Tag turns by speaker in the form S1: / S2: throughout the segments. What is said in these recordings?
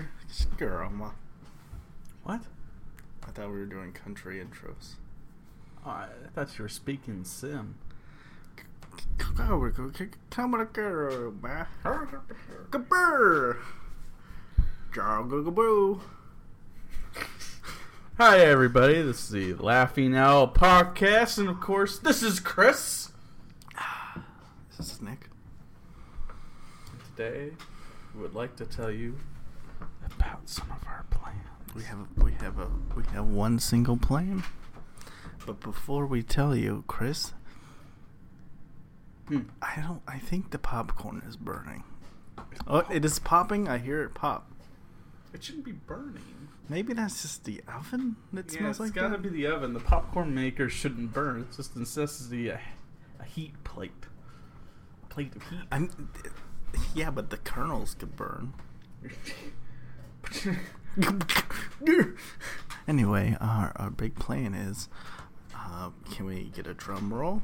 S1: I
S2: What?
S1: thought we were doing country intros.
S2: Oh, I thought you were speaking Sim. Hi, everybody. This is the Laughing Owl podcast, and of course, this is Chris.
S1: Is this Nick?
S2: Today, we would like to tell you about some of our plans.
S1: We have a, we have a we have one single plan. But before we tell you, Chris,
S2: Hmm.
S1: I don't I think the popcorn is burning. Oh, it is popping. I hear it pop.
S2: It shouldn't be burning.
S1: Maybe that's just the oven that
S2: yeah,
S1: smells
S2: it's
S1: like
S2: gotta
S1: that.
S2: be the oven. The popcorn maker shouldn't burn. It's just necessity a, a heat plate. Plate of heat.
S1: I'm, yeah, but the kernels could burn. anyway, our, our big plan is uh, can we get a drum roll?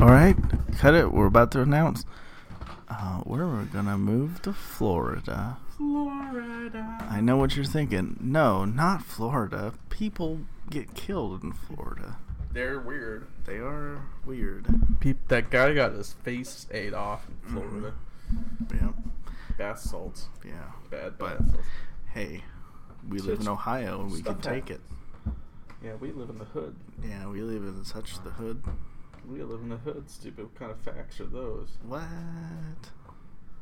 S1: All right, cut it. We're about to announce. Uh, we're gonna move to Florida.
S2: Florida.
S1: I know what you're thinking. No, not Florida. People get killed in Florida.
S2: They're weird.
S1: They are weird.
S2: Peep, that guy got his face ate off in
S1: Mm-hmm.
S2: Florida.
S1: Yeah,
S2: Bath salts.
S1: yeah.
S2: Bad
S1: But-
S2: bath salts.
S1: Hey, we
S2: So
S1: live in
S2: it's-
S1: Ohio and we
S2: stuff
S1: can take it.
S2: happens. Yeah, we live in the hood.
S1: Yeah, we live in such the hood.
S2: We live in the hood. Stupid. What kind of facts are those?
S1: What?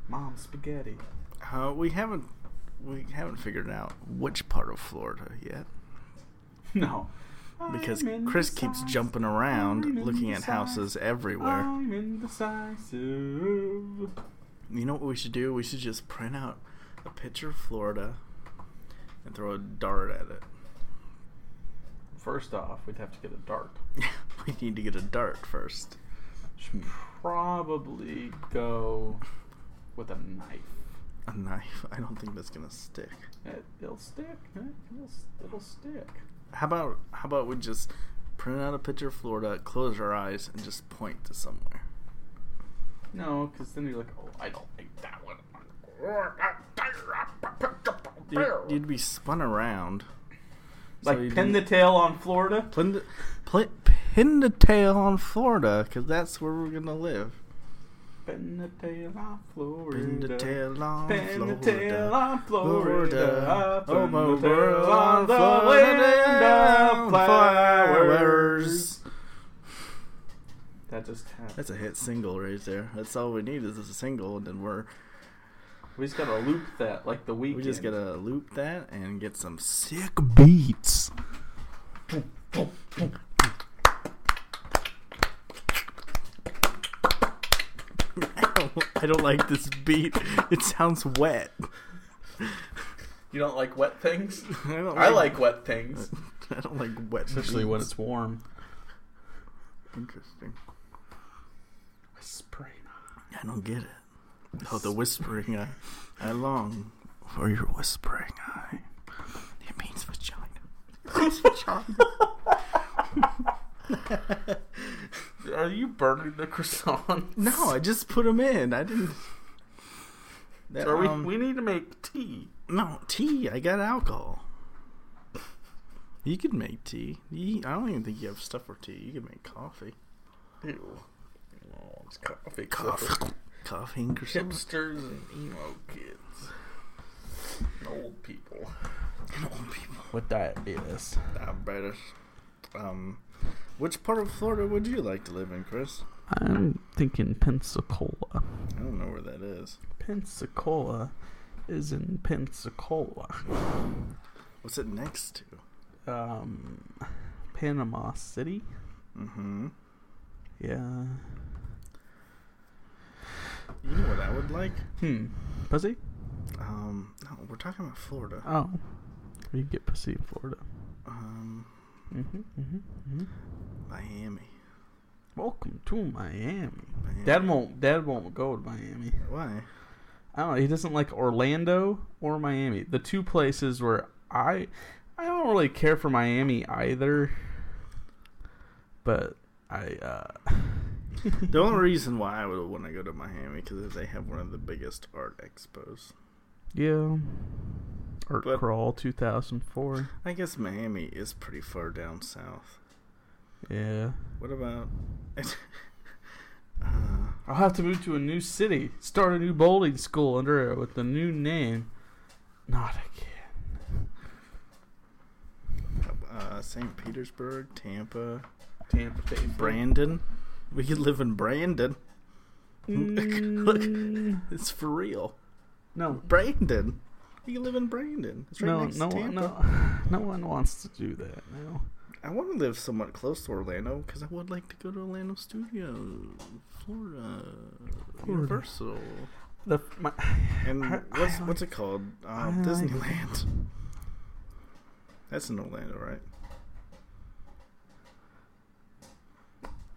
S2: Mom, spaghetti.
S1: Uh, we haven't we haven't figured out which part of Florida yet
S2: No.
S1: because
S2: I'm in
S1: Chris
S2: the
S1: keeps
S2: size-
S1: jumping around
S2: I'm in
S1: looking
S2: the Oh,
S1: at
S2: size-
S1: houses everywhere.
S2: I'm indecisive.
S1: You know what we should do? We should just print out a picture of Florida and throw a dart at it.
S2: First off, we'd have to get a dart.
S1: we need to get a dart first.
S2: Should probably go with a knife.
S1: A knife. I don't think that's gonna stick.
S2: It, it'll stick. eh? It'll, it'll stick.
S1: How about how about we just print out a picture of Florida, close our eyes, and just point to somewhere.
S2: No, because then you're like, oh, I don't like that one.
S1: You'd, you'd be spun around.
S2: like
S1: so you'd
S2: pin
S1: be-
S2: the tail on Florida.
S1: Pin the, pl- pin the tail on Florida, because that's where we're gonna live.
S2: Pin the tail on Florida.
S1: Pin the tail on
S2: Pin the
S1: Florida.
S2: tail on Florida.
S1: Florida.
S2: Pin
S1: Oh, my
S2: the tail
S1: world
S2: on
S1: on
S2: the
S1: Florida.
S2: wind of
S1: Flowers.
S2: That just happened.
S1: That's a hit single right there. That's all we need is a single, and then we're
S2: we just gotta loop that like the weekend.
S1: we just gotta loop that and get some sick beats. I don't- I don't like this beat. It sounds wet.
S2: You don't like wet things?
S1: I, don't
S2: I like wet things,
S1: I don't like wet.
S2: especially when
S1: beats.
S2: it's warm.
S1: interesting.
S2: I spray.
S1: I don't get it. Oh, the whispering eye. I long for your whispering eye. It means vagina. It means vagina.
S2: Are you burning the croissants?
S1: No, I just put them in. I didn't. That,
S2: Are we,
S1: um,
S2: we need to make tea.
S1: No tea. I got alcohol. You could make tea. You, I don't even think you have stuff for tea. You could make coffee.
S2: Ew. Oh, it's coffee. except for
S1: Coffee. Coffee and croissants.
S2: Hipsters and emo kids. And old people.
S1: And old people.
S2: With diabetes.
S1: Diabetes. Um, which part of Florida would you like to live in, Chris?
S2: I'm thinking Pensacola.
S1: I don't know where that is.
S2: Pensacola is in Pensacola.
S1: What's it next to?
S2: Um, Panama City.
S1: Mm-hmm.
S2: Yeah.
S1: You know what I would like?
S2: Hmm. Pussy?
S1: Um, no, we're talking about Florida.
S2: Oh. You can get pussy in Florida.
S1: Um,
S2: Mm-hmm, mm-hmm, mm-hmm.
S1: Miami.
S2: Welcome to Miami.
S1: Miami.
S2: Dad won't. Dad won't go to Miami.
S1: Why?
S2: I don't know. He doesn't like Orlando or Miami. The two places where I, I don't really care for Miami either. But I, uh,
S1: the only reason why I would want to go to Miami because they have one of the biggest art expos.
S2: Yeah. Art
S1: But-
S2: Crawl 2004.
S1: I guess Miami is pretty far down south.
S2: Yeah.
S1: What about? uh,
S2: I'll have to move to a new city, start a new bowling school under it with a new name. Not again.
S1: uh, St. Petersburg, Tampa,
S2: Tampa Bay.
S1: Brandon. We could live in Brandon.
S2: Mm,
S1: It's for real.
S2: no.
S1: Brandon. You can live in Brandon. It's right
S2: no,
S1: next
S2: no,
S1: to
S2: one,
S1: Tampa.
S2: no, no one wants to do that now.
S1: I want to live somewhat close to Orlando because I would like to go to Orlando Studio, Florida,
S2: Florida.
S1: Universal,
S2: The, my,
S1: and
S2: I- I
S1: what's
S2: like-
S1: what's it called?
S2: I
S1: Uh,
S2: like-
S1: Disneyland. That's in Orlando, right?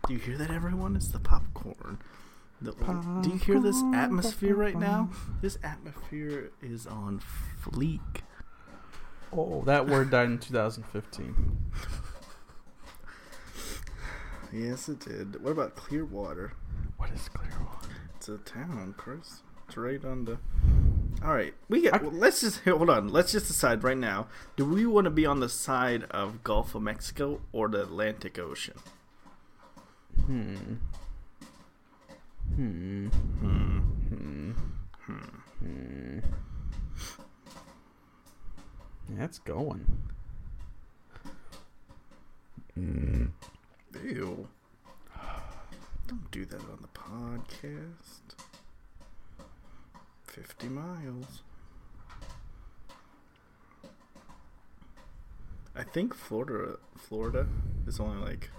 S1: Do you hear that, everyone? It's the popcorn. The- do you hear this
S2: Popcorn,
S1: atmosphere right now?
S2: popcorn.
S1: This atmosphere is on fleek.
S2: Oh, that word died in 2015.
S1: Yes, it did. What about Clearwater?
S2: What is Clearwater?
S1: It's a town, Chris. It's right on the. All right, we get.
S2: I-
S1: well, let's just hold on. Let's just decide right now. Do we want to be on the side of Gulf of Mexico or the Atlantic Ocean?
S2: Hmm. Hmm.
S1: Hmm.
S2: Hmm. Hmm. Yeah, it's going.
S1: Ew. Don't do that on the podcast. Fifty miles. I think Florida, Florida, is only like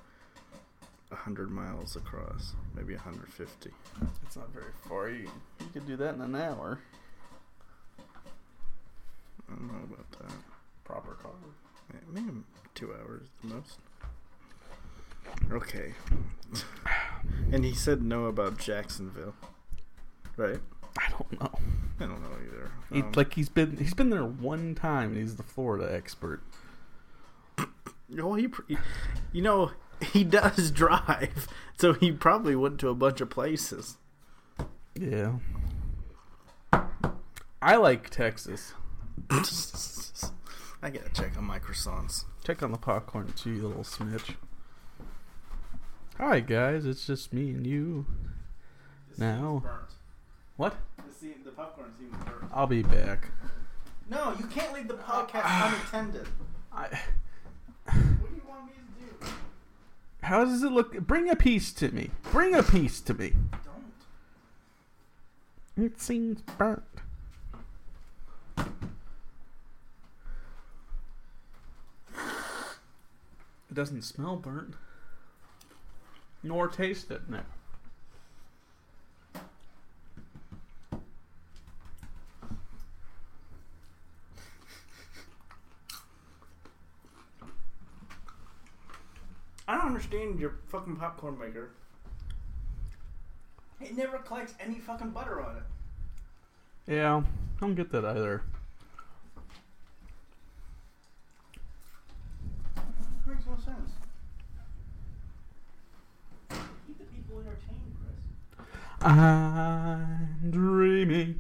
S1: hundred miles across, maybe hundred fifty.
S2: It's not very far. You, you could do that in an hour.
S1: I don't know about that.
S2: Proper car.
S1: Yeah, Maybe two hours at the most. Okay. and he said no about Jacksonville, right?
S2: I don't know.
S1: I don't know either.
S2: He,
S1: Um,
S2: like he's been he's been there one time. and He's the Florida expert.
S1: well, he, pr- you know, he does drive, so he probably went to a bunch of places.
S2: Yeah. I like Texas.
S1: I gotta check on my croissants.
S2: Check on the popcorn too, you little snitch. Hi guys, it's just me and you. Now. What?
S1: The popcorn seems burnt.
S2: I'll be back.
S1: No, you can't leave the podcast unattended.
S2: I,
S1: What do you want me to do?
S2: how does it look? Bring a piece to me. Bring a piece to me.
S1: Don't.
S2: It seems burnt. It doesn't smell burnt. Nor taste it, no.
S1: I don't understand your fucking popcorn maker. It never collects any fucking butter on it.
S2: Yeah, I don't get that either.
S1: makes no sense. Keep the people entertained, Chris.
S2: I'm dreaming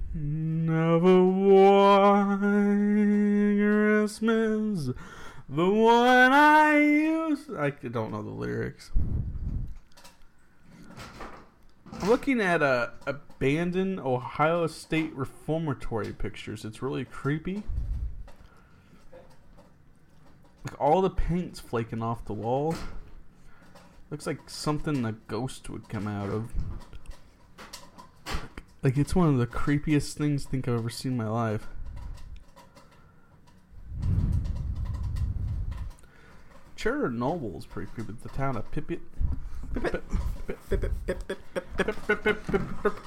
S2: of a white Christmas, the one I used. I don't know the lyrics. I'm looking at a abandoned Ohio State Reformatory pictures. It's really creepy. Like all the paint's flaking off the walls. Looks like something a ghost would come out of. Like it's one of the creepiest things I think I've ever seen in my life. Chernobyl is pretty creepy. The town of Pipit. Pipit.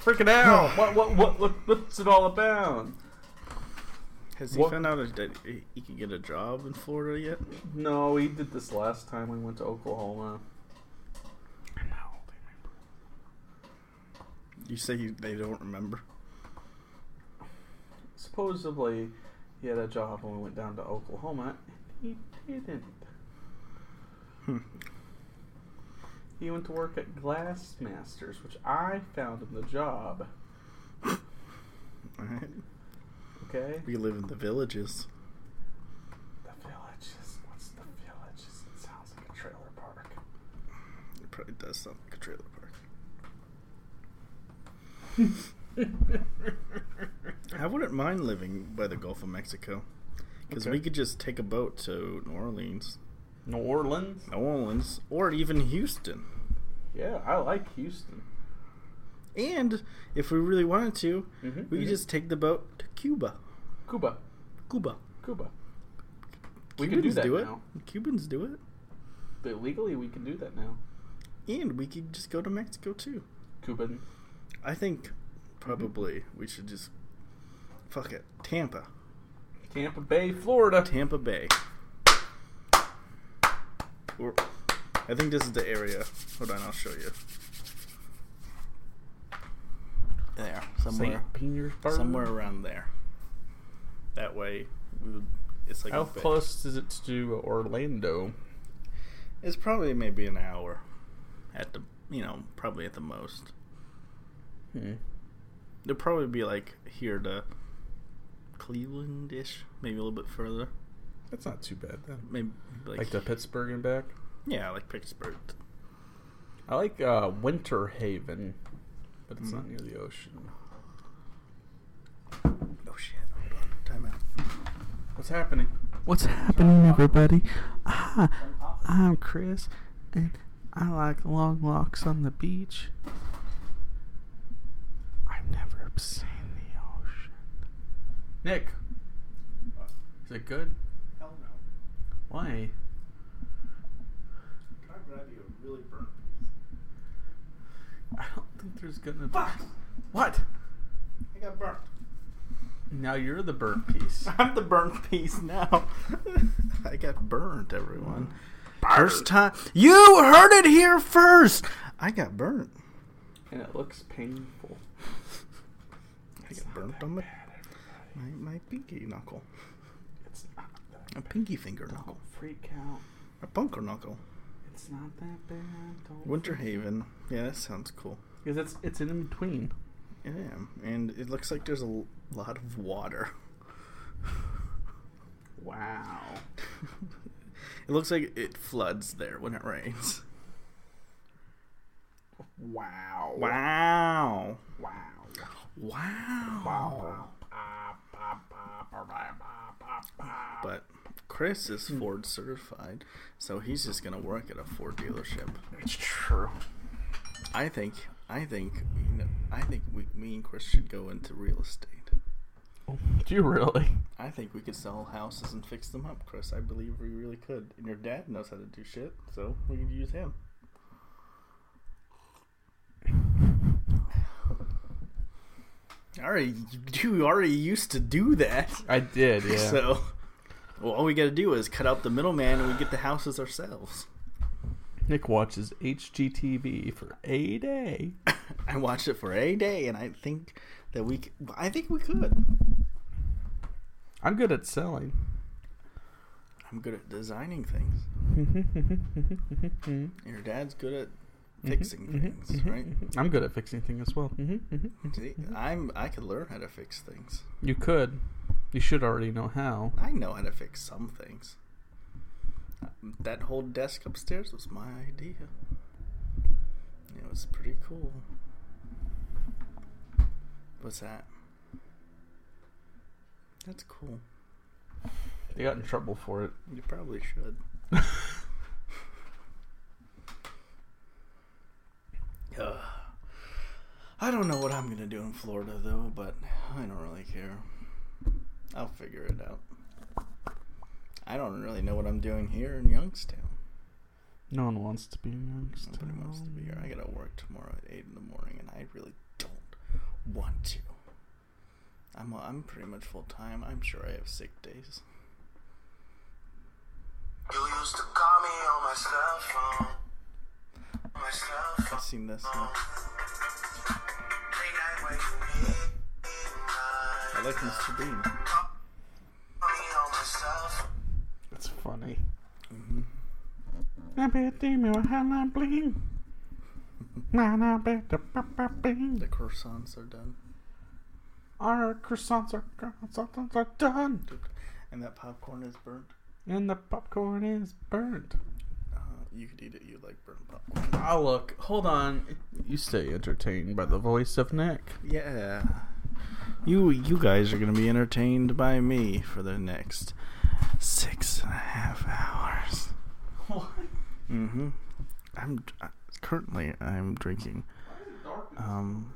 S2: Freak it out! What, what, what, what, what's it all about?
S1: Has he
S2: What-
S1: found out that he- he can get a job in Florida yet?
S2: No, he did this last time we went to Oklahoma.
S1: You say you, they don't remember.
S2: Supposedly, he had a job when we went down to Oklahoma, and he didn't.
S1: Hmm.
S2: He went to work at Glassmasters, which I found him the job.
S1: All right.
S2: Okay?
S1: We live in the villages.
S2: The villages. What's the villages? It sounds like a trailer park.
S1: It probably does sound like a trailer park. I wouldn't mind living by the Gulf of Mexico because
S2: Okay.
S1: we could just take a boat to New Orleans,
S2: New Orleans?
S1: New Orleans, or even Houston.
S2: Yeah, I like Houston.
S1: And if we really wanted to,
S2: Mhm,
S1: we could
S2: mhm.
S1: just take the boat to Cuba.
S2: Cuba.
S1: Cuba.
S2: Cuba. We can do that
S1: it.
S2: now.
S1: Cubans do it.
S2: But legally, we can do that now.
S1: And we could just go to Mexico too.
S2: Cuban.
S1: I think probably we should just fuck it. Tampa.
S2: Tampa Bay, Florida.
S1: Tampa Bay. Or, I think this is the area. Hold on, I'll show you. There, somewhere,
S2: St. Petersburg.
S1: somewhere around there. That way, we would, it's like
S2: How
S1: a bit-
S2: close is it to Orlando?
S1: It's probably maybe an hour, at the you know probably at the most.
S2: Hmm.
S1: It'll probably be like here to Cleveland-ish, maybe a little bit further.
S2: That's not too bad then.
S1: Maybe like,
S2: Like, to Pittsburgh and back.
S1: yeah, like Pittsburgh.
S2: I like uh, Winter Haven, but it's not
S1: Mm.
S2: near the ocean.
S1: Oh shit! Hold on, time out.
S2: What's happening?
S3: What's happening, everybody? Hi, I'm Chris, and I like long walks on the beach. I've never seen the ocean.
S2: Nick, is it good?
S1: Hell no.
S2: Why?
S1: Can I grab you a really burnt
S2: I don't think there's gonna.
S1: Fuck!
S2: What?
S1: I got burnt.
S2: Now you're the burnt piece.
S1: I'm the burnt piece now. I got burnt, everyone. First time. You heard it here first! I got burnt.
S2: and it looks painful.
S1: I got burnt on my, my, my pinky knuckle.
S2: It's not that.
S1: My pinky finger knuckle.
S2: Don't freak out.
S1: My bunker knuckle.
S2: It's not that bad. Don't
S1: Winter Haven. Yeah, that sounds cool.
S2: Because it's it's in between.
S1: Yeah, and it looks like there's a l- lot of water.
S2: Wow.
S1: It looks like it floods there when it rains.
S2: Wow.
S1: Wow.
S2: Wow.
S1: Wow.
S2: Oh.
S1: But Chris is Ford certified, so he's just gonna work at a Ford dealership.
S2: It's true.
S1: I think, I think, you know, I think we, me and Chris should go into real estate.
S2: Do you really?
S1: I think we could sell houses and fix them up, Chris. I believe we really could. And your dad knows how to do shit, so we could use him. Already, you already used to do that.
S2: I did, yeah.
S1: So, well, all we got to do is cut out the middleman, and we get the houses ourselves.
S2: Nick watches HGTV for a day.
S1: I watched it for a day, and I think that we, c- I think we could.
S2: I'm good at selling.
S1: I'm good at designing things.
S2: Fixing
S1: and Your dad's good at fixing things, right?
S2: Mm-hmm. I'm good at fixing things as well. Mm-hmm.
S1: See, I'm, I could learn how to fix things.
S2: You could. You should already know how.
S1: I know how to fix some things. That whole desk upstairs was my idea. It was pretty cool. What's that? That's cool.
S2: They got in trouble for it.
S1: You probably should. Ugh. I don't know what I'm gonna do in Florida though, but I don't really care. I'll figure it out. I don't really know what I'm doing here in Youngstown.
S2: No one wants to be youngster.
S1: Nobody wants to be here. I gotta work tomorrow at eight in the morning, and I really don't want to. I'm I'm pretty much full time. I'm sure I have sick days.
S4: You used to call me on my cell phone. My cell phone.
S1: I've seen this. uh, Now.
S4: Late night when you need
S1: I
S4: my
S1: like Mr. Bean.
S4: call me on my cell phone.
S2: That's funny.
S1: Mhm.
S2: Mm-hmm. I bet they know how I bling.
S1: The croissants are done.
S2: Our croissants are, croissants are done,
S1: And that popcorn is burnt.
S2: and the popcorn is burnt.
S1: Uh, you could eat it. You like burnt popcorn.
S2: Oh, look. Hold on. You stay entertained by the voice of Nick.
S1: Yeah. You you guys are gonna be entertained by me for the next six and a half hours.
S2: What?
S1: Mm-hmm. I'm I- currently I'm drinking um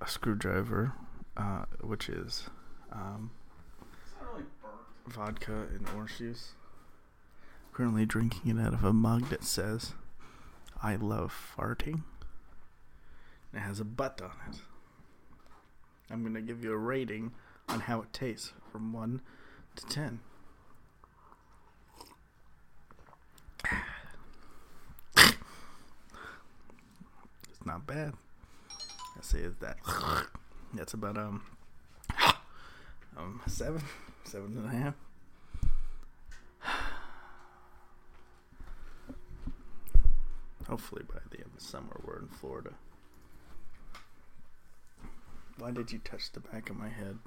S1: a screwdriver, uh, which is um vodka and orange juice. Currently drinking it out of a mug that says "I love farting." And it has a butt on it. I'm gonna give you a rating on how it tastes from one to ten. It's not bad. I say it's that. That's about um um seven, seven and a half. Hopefully by the end of summer we're in Florida. Why did you touch the back of my head?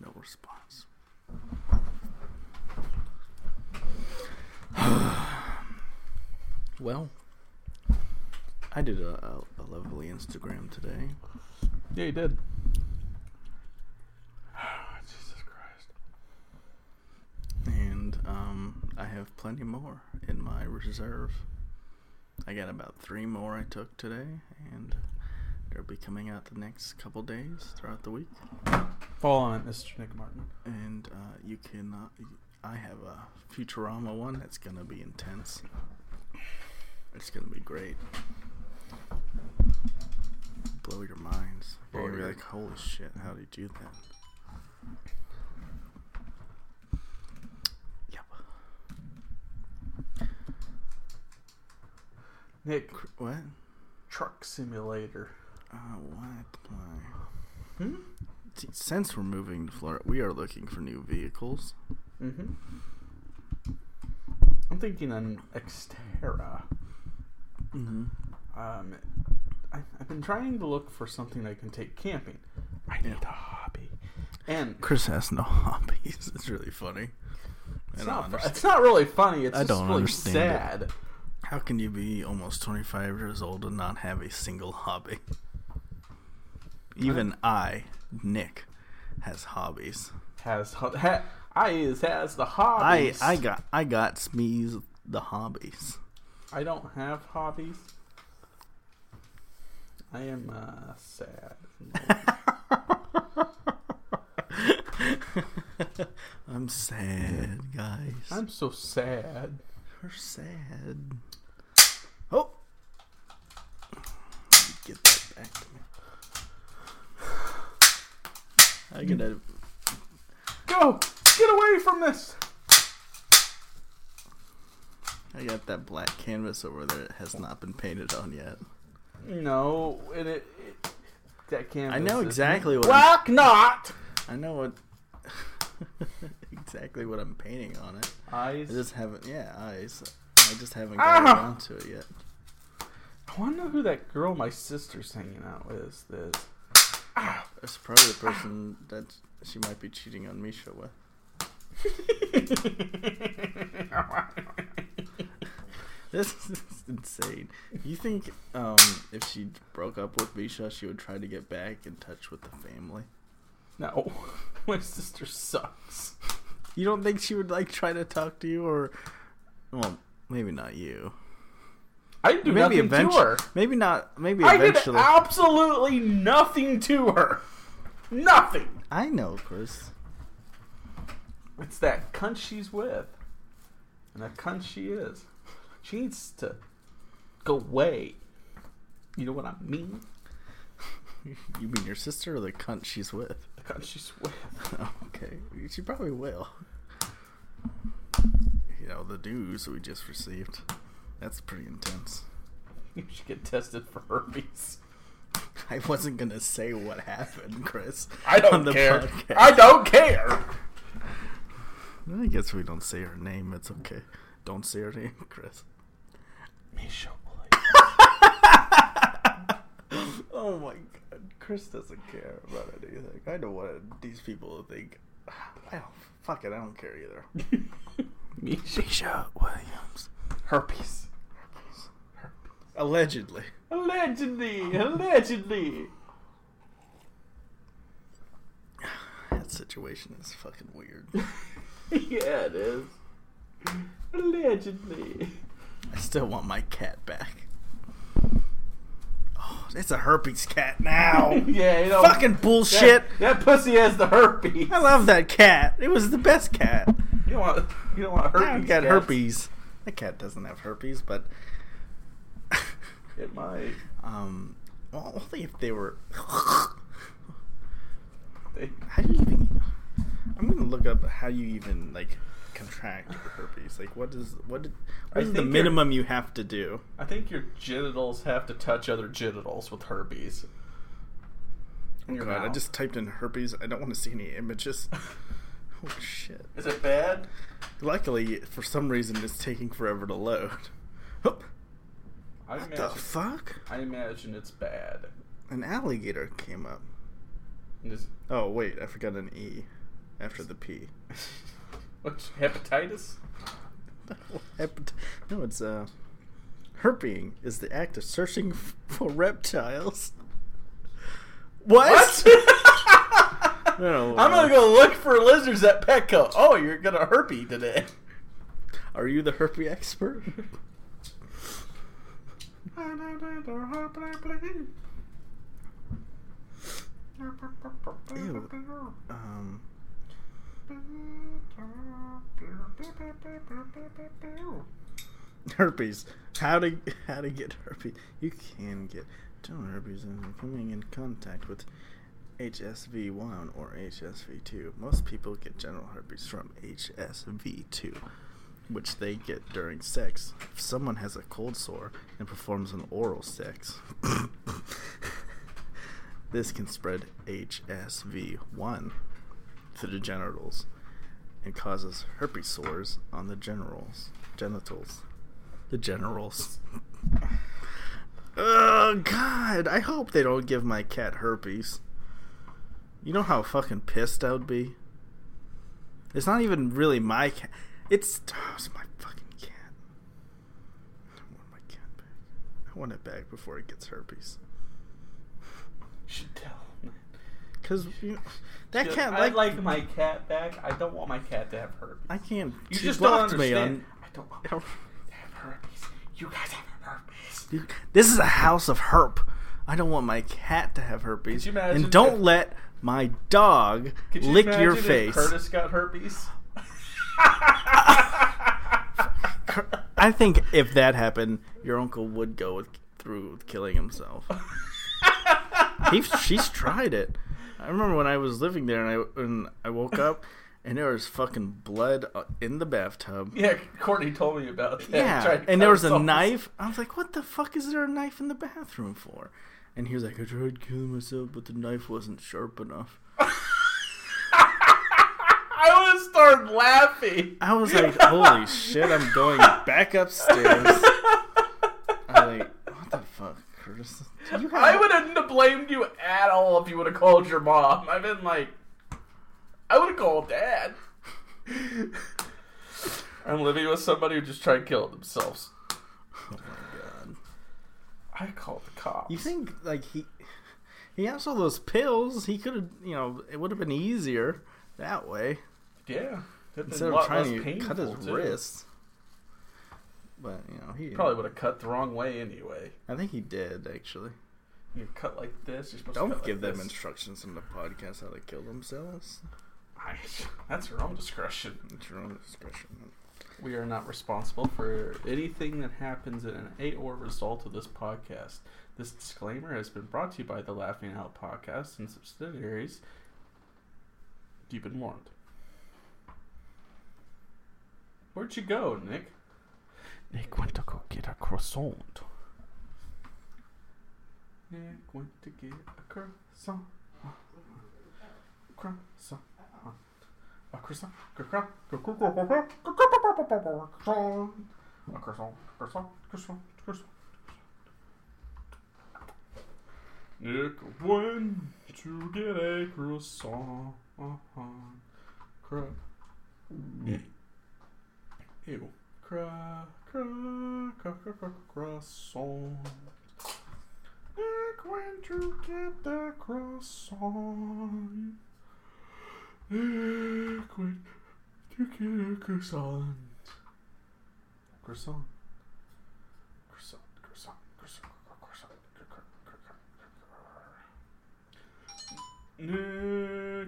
S1: No response. well, I did a, a, a lovely Instagram today.
S2: Yeah, you did.
S1: Jesus Christ. And um, I have plenty more in my reserve. I got about three more I took today, and they'll be coming out the next couple days throughout the week.
S2: Follow on, Mr. Nick Martin.
S1: And uh, you can, uh, I have a Futurama one that's gonna be intense. It's gonna be great. Blow your minds. You're gonna be like, holy shit, how did you do that? Yep.
S2: Nick,
S1: Cr- What?
S2: truck simulator.
S1: Uh, what? Why? Hmm? See, Since we're moving to Florida, we are looking for new vehicles.
S2: Mm-hmm. I'm thinking an Xterra.
S1: Mm-hmm.
S2: Um, I, I've been trying to look for something I can take camping. I need a hobby, and
S1: Chris has no hobbies. It's really funny.
S2: it's
S1: I don't
S2: not.
S1: understand.
S2: fu- It's not really funny. It's
S1: I
S2: just
S1: don't
S2: really
S1: understand
S2: sad.
S1: it. How can you be almost 25 years old and not have a single hobby? Even I, Nick, has hobbies.
S2: Has ho- ha, I is has the
S1: I,
S2: hobbies.
S1: I got I got Smeeze the hobbies.
S2: I don't have hobbies. I am uh, sad.
S1: I'm sad, guys.
S2: I'm so sad.
S1: We're sad. Oh, get that back to me. I get a
S2: Go! Get away from this!
S1: I got that black canvas over there that has not been painted on yet.
S2: No, and it, it that can't.
S1: I know exactly what I'm,
S2: Black not
S1: I know what exactly what I'm painting on it.
S2: eyes.
S1: I just haven't yeah, eyes. I just haven't gotten
S2: Ah!
S1: around to it yet.
S2: I want to know who that girl my sister's hanging out with is. This.
S1: It's probably the person that she might be cheating on Misha with. This is insane. You think um, if she broke up with Misha, she would try to get back in touch with the family?
S2: no, my sister sucks.
S1: You don't think she would like try to talk to you, or well, maybe not you.
S2: I didn't do
S1: Maybe
S2: nothing
S1: eventu-
S2: to her.
S1: Maybe not. Maybe
S2: I did
S1: eventually. I,
S2: absolutely nothing to her. Nothing.
S1: know, Chris.
S2: It's that cunt she's with, and that cunt she is. She needs to go away. You know what I mean?
S1: You mean your sister or the cunt she's with?
S2: The cunt she's with.
S1: okay, she probably will. You know the dues we just received. That's pretty intense.
S2: You should get tested for herpes.
S1: I wasn't gonna say what happened, Chris.
S2: I
S1: on
S2: don't
S1: the
S2: care.
S1: podcast.
S2: I don't care.
S1: I guess we don't say her name. It's okay. Don't say her name, Chris.
S2: Misha
S1: Oh my god, Chris doesn't care about anything. I know what these people think. I don't, fuck it, I don't care either.
S2: Williams. Misha.
S1: Misha Williams.
S2: Herpes.
S1: Allegedly.
S2: Allegedly. Allegedly.
S1: That situation is fucking weird.
S2: yeah, it is. Allegedly.
S1: I still want my cat back. Oh, it's a herpes cat now.
S2: yeah, you know.
S1: fucking
S2: that,
S1: bullshit.
S2: That pussy has the herpes.
S1: I love that cat. It was the best cat.
S2: You don't want. You don't want herpes.
S1: I got
S2: cats.
S1: herpes. That cat doesn't have herpes, but
S2: It might.
S1: um, well, only if they were.
S2: They,
S1: How do you even? I'm gonna look up how you even like contract herpes. Like, what is what? Did,
S2: I
S1: what is the
S2: think
S1: minimum you have to do?
S2: I think your genitals have to touch other genitals with herpes. In your
S1: Oh, God, I
S2: mouth.
S1: just typed in herpes. I don't want to see any images. oh shit!
S2: Is it bad?
S1: Luckily, for some reason, it's taking forever to load. Hup.
S2: I
S1: What
S2: imagine,
S1: the fuck?
S2: I imagine it's bad.
S1: An alligator came up.
S2: And is-
S1: Oh wait, I forgot an E after the P.
S2: What hepatitis?
S1: Hepat- No, it's uh, herping is the act of searching f- for reptiles. What? No,
S2: I'm
S1: uh,
S2: gonna go look for lizards at Petco. Oh, you're gonna herpy today.
S1: Are you the herpy expert? Ew. Um, herpes. How to how to get herpes? You can get dental herpes in coming in contact with HSV1 or HSV2. Most people get general herpes from HSV2, which they get during sex. If someone has a cold sore and performs an oral sex, this can spread HSV1 to the genitals and causes herpes sores on the generals, genitals. The generals. oh god, I hope they don't give my cat herpes. You know how fucking pissed I would be? It's not even really my cat. It's, oh, it's my fucking cat. I want my cat back. I want it back before it gets herpes.
S2: Should tell. him.
S1: Cause you know, that
S2: Dude,
S1: cat
S2: I
S1: like,
S2: like my cat back. I don't want my cat to have herpes.
S1: I can't.
S2: you
S1: she
S2: just don't
S1: blocked me
S2: understand.
S1: on-
S2: I don't want my cat to have herpes. You guys have herpes.
S1: This is a house of herp. I don't want my cat to have herpes.
S2: Could you imagine
S1: and don't
S2: if-
S1: let my dog
S2: Could you
S1: lick
S2: imagine
S1: your
S2: if
S1: face.
S2: Curtis got herpes.
S1: Cur- I think if that happened, your uncle would go with, through with killing himself. he, she's tried it. I remember when I was living there and I and I woke up and there was fucking blood uh, in the bathtub.
S2: Yeah, Courtney told me about that. He tried
S1: Yeah,
S2: to
S1: and there
S2: cut
S1: was a
S2: himself.
S1: knife. I was like, "What the fuck is there a knife in the bathroom for?" And he was like, "I tried killing myself, but the knife wasn't sharp enough."
S2: I would have started laughing.
S1: I was like, "Holy shit!" I'm going back upstairs. I'm like, "What the fuck, Curtis? Do you have
S2: I wouldn't have blamed you at all if you would have called your mom. I've been like, I would have called dad. I'm living with somebody who just tried to kill themselves.
S1: Oh my god!
S2: I called the cops.
S1: You think like he he has all those pills? He could have, you know, it would have been easier that way
S2: Yeah. That'd been
S1: instead
S2: a
S1: of
S2: lot
S1: trying
S2: less
S1: to cut his
S2: painful, too.
S1: wrists. But you know, he
S2: Probably would have cut the wrong way anyway.
S1: I think he did actually.
S2: You cut like this. You're supposed to
S1: Don't
S2: cut
S1: give
S2: like
S1: them
S2: this.
S1: instructions on the podcast how to kill themselves.
S2: I- That's your own discretion.
S1: It's your own discretion.
S2: We are not responsible for anything that happens in an a or result of this podcast. This disclaimer has been brought to you by the Laughing Out Podcast and subsidiaries. You've been warned. Where'd you go, Nick? Nick went to go get a croissant. Nick went to get a croissant. Croissant. A croissant. Croissant. Croissant. A croissant. Croissant. Croissant. Croissant. Nick went to get a croissant. Cry. Ew. Cry, cry, cry, cry, cry, croissant. Nick went to get the croissant. Nick went to get a croissant. Croissant. Croissant, croissant, croissant, croissant, croissant, croissant.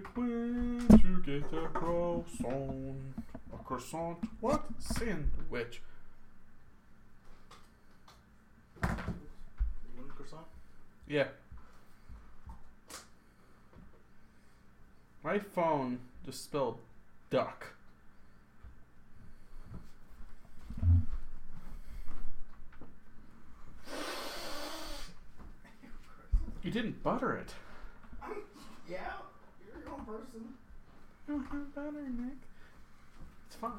S2: Nick went to get a croissant. A croissant? What? Sandwich.
S1: You want a croissant?
S2: Yeah. My phone just spelled duck. You didn't butter it.
S1: Yeah, you're your own person.
S2: I don't have butter, Nick. It's fine.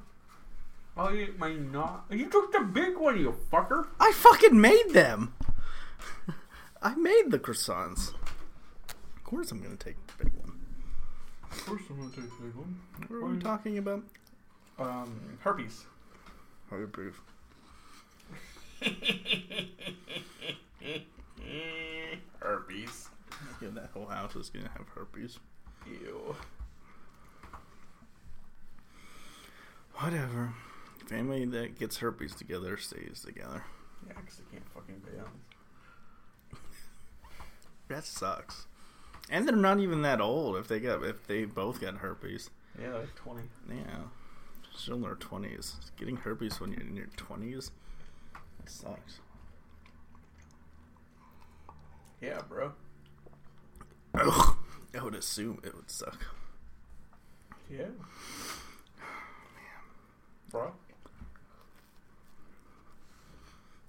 S2: I'll eat my not. You took the big one, you fucker.
S1: I fucking made them. I made the croissants. Of course, I'm gonna take the big one.
S2: Of course, I'm gonna take the big one.
S1: What are we talking about?
S2: Um, herpes.
S1: Herpes.
S2: Eh, herpes.
S1: Yeah, that whole house is gonna have herpes.
S2: Ew.
S1: Whatever. Family that gets herpes together stays together.
S2: Yeah, 'cause I can't fucking bail.
S1: That sucks. And they're not even that old if they got if they both got herpes.
S2: Yeah, like 20.
S1: Yeah. Still in their twenties. Getting herpes when you're in your twenties sucks.
S2: Yeah, bro.
S1: Ugh. I would assume it would suck.
S2: Yeah. Bro.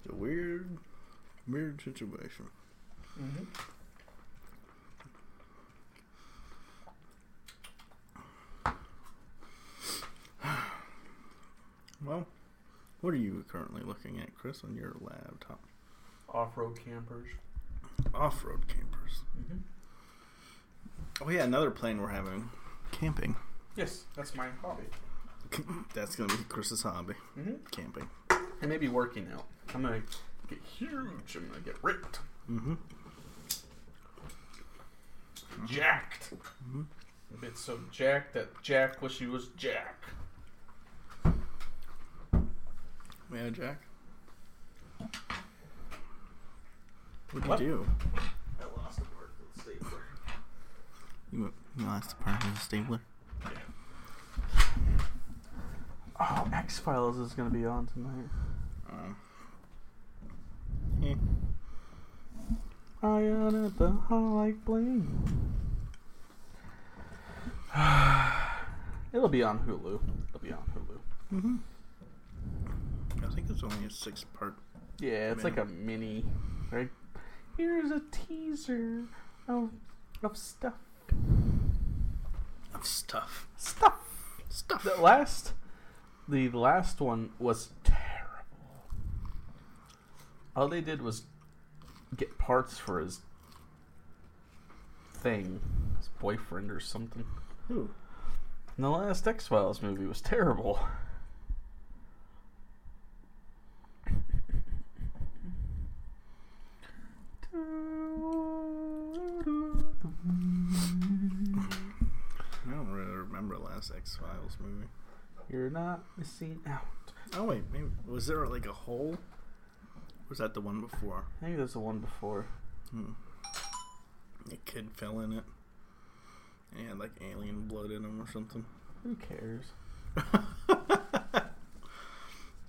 S1: It's a weird weird situation.
S2: Mm-hmm.
S1: Well, what are you currently looking at, Chris, on your laptop?
S2: Off road campers.
S1: Off road campers.
S2: Mm-hmm.
S1: Oh yeah, another plan we're having. Camping.
S2: Yes, that's my hobby.
S1: That's gonna be Chris's hobby.
S2: Mm-hmm.
S1: Camping.
S2: And maybe working out. I'm gonna get huge. I'm gonna get ripped,
S1: Mm-hmm.
S2: jacked.
S1: Mm-hmm.
S2: A bit so jacked that Jack wish he was Jack.
S1: Yeah, Jack. What'd
S2: What?
S1: you do?
S2: I lost a part of the stapler.
S1: You, went- you lost the part of the stapler.
S2: Oh, X Files is gonna be on tonight.
S1: Um,
S2: I on at the hall like bling. It'll be on Hulu. It'll be on Hulu.
S1: hmm I think it's only a six part.
S2: Yeah, it's like a mini. Right? Here's a teaser of of stuff.
S1: of stuff.
S2: Stuff.
S1: Stuff.
S2: The last, the last one was terrible. All they did was get parts for his thing, his boyfriend or something.
S1: Who?
S2: And the last X Files movie was terrible.
S1: I don't really remember the last X Files movie.
S2: You're not missing out.
S1: Oh wait, maybe was there like a hole? Was that the one before?
S2: I think that's the one before.
S1: Hmm. The kid fell in it. And he had like alien blood in him or something.
S2: Who cares?
S1: I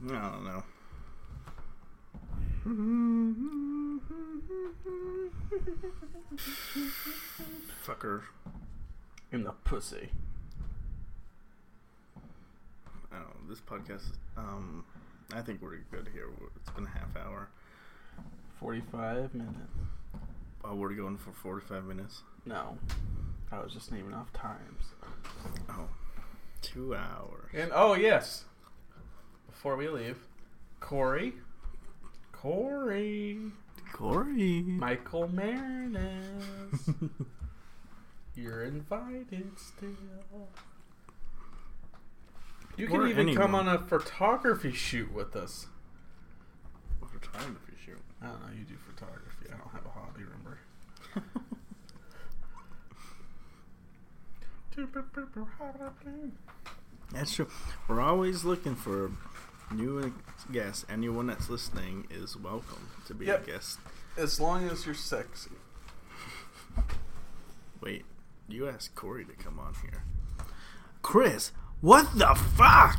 S1: don't know. Fucker.
S2: In the pussy.
S1: I don't know. This podcast, um, I think we're good here. It's been a half hour.
S2: 45 minutes.
S1: Oh, we're going for 45 minutes.
S2: No. I was just naming off times.
S1: Oh. Two hours.
S2: And oh yes, before we leave, Corey, Corey,
S1: Corey.
S2: Michael Marinus, you're invited still. You can
S1: Or
S2: even come
S1: anyone.
S2: on a photography shoot with us.
S1: Over time if you shoot.
S2: I don't know. You do photography. I don't have a hobby. Remember.
S1: That's true. We're always looking for new guests. Anyone that's listening is welcome to be
S2: Yep.
S1: a guest.
S2: As long as you're sexy.
S1: Wait, you asked Corey to come on here. Chris, what the fuck?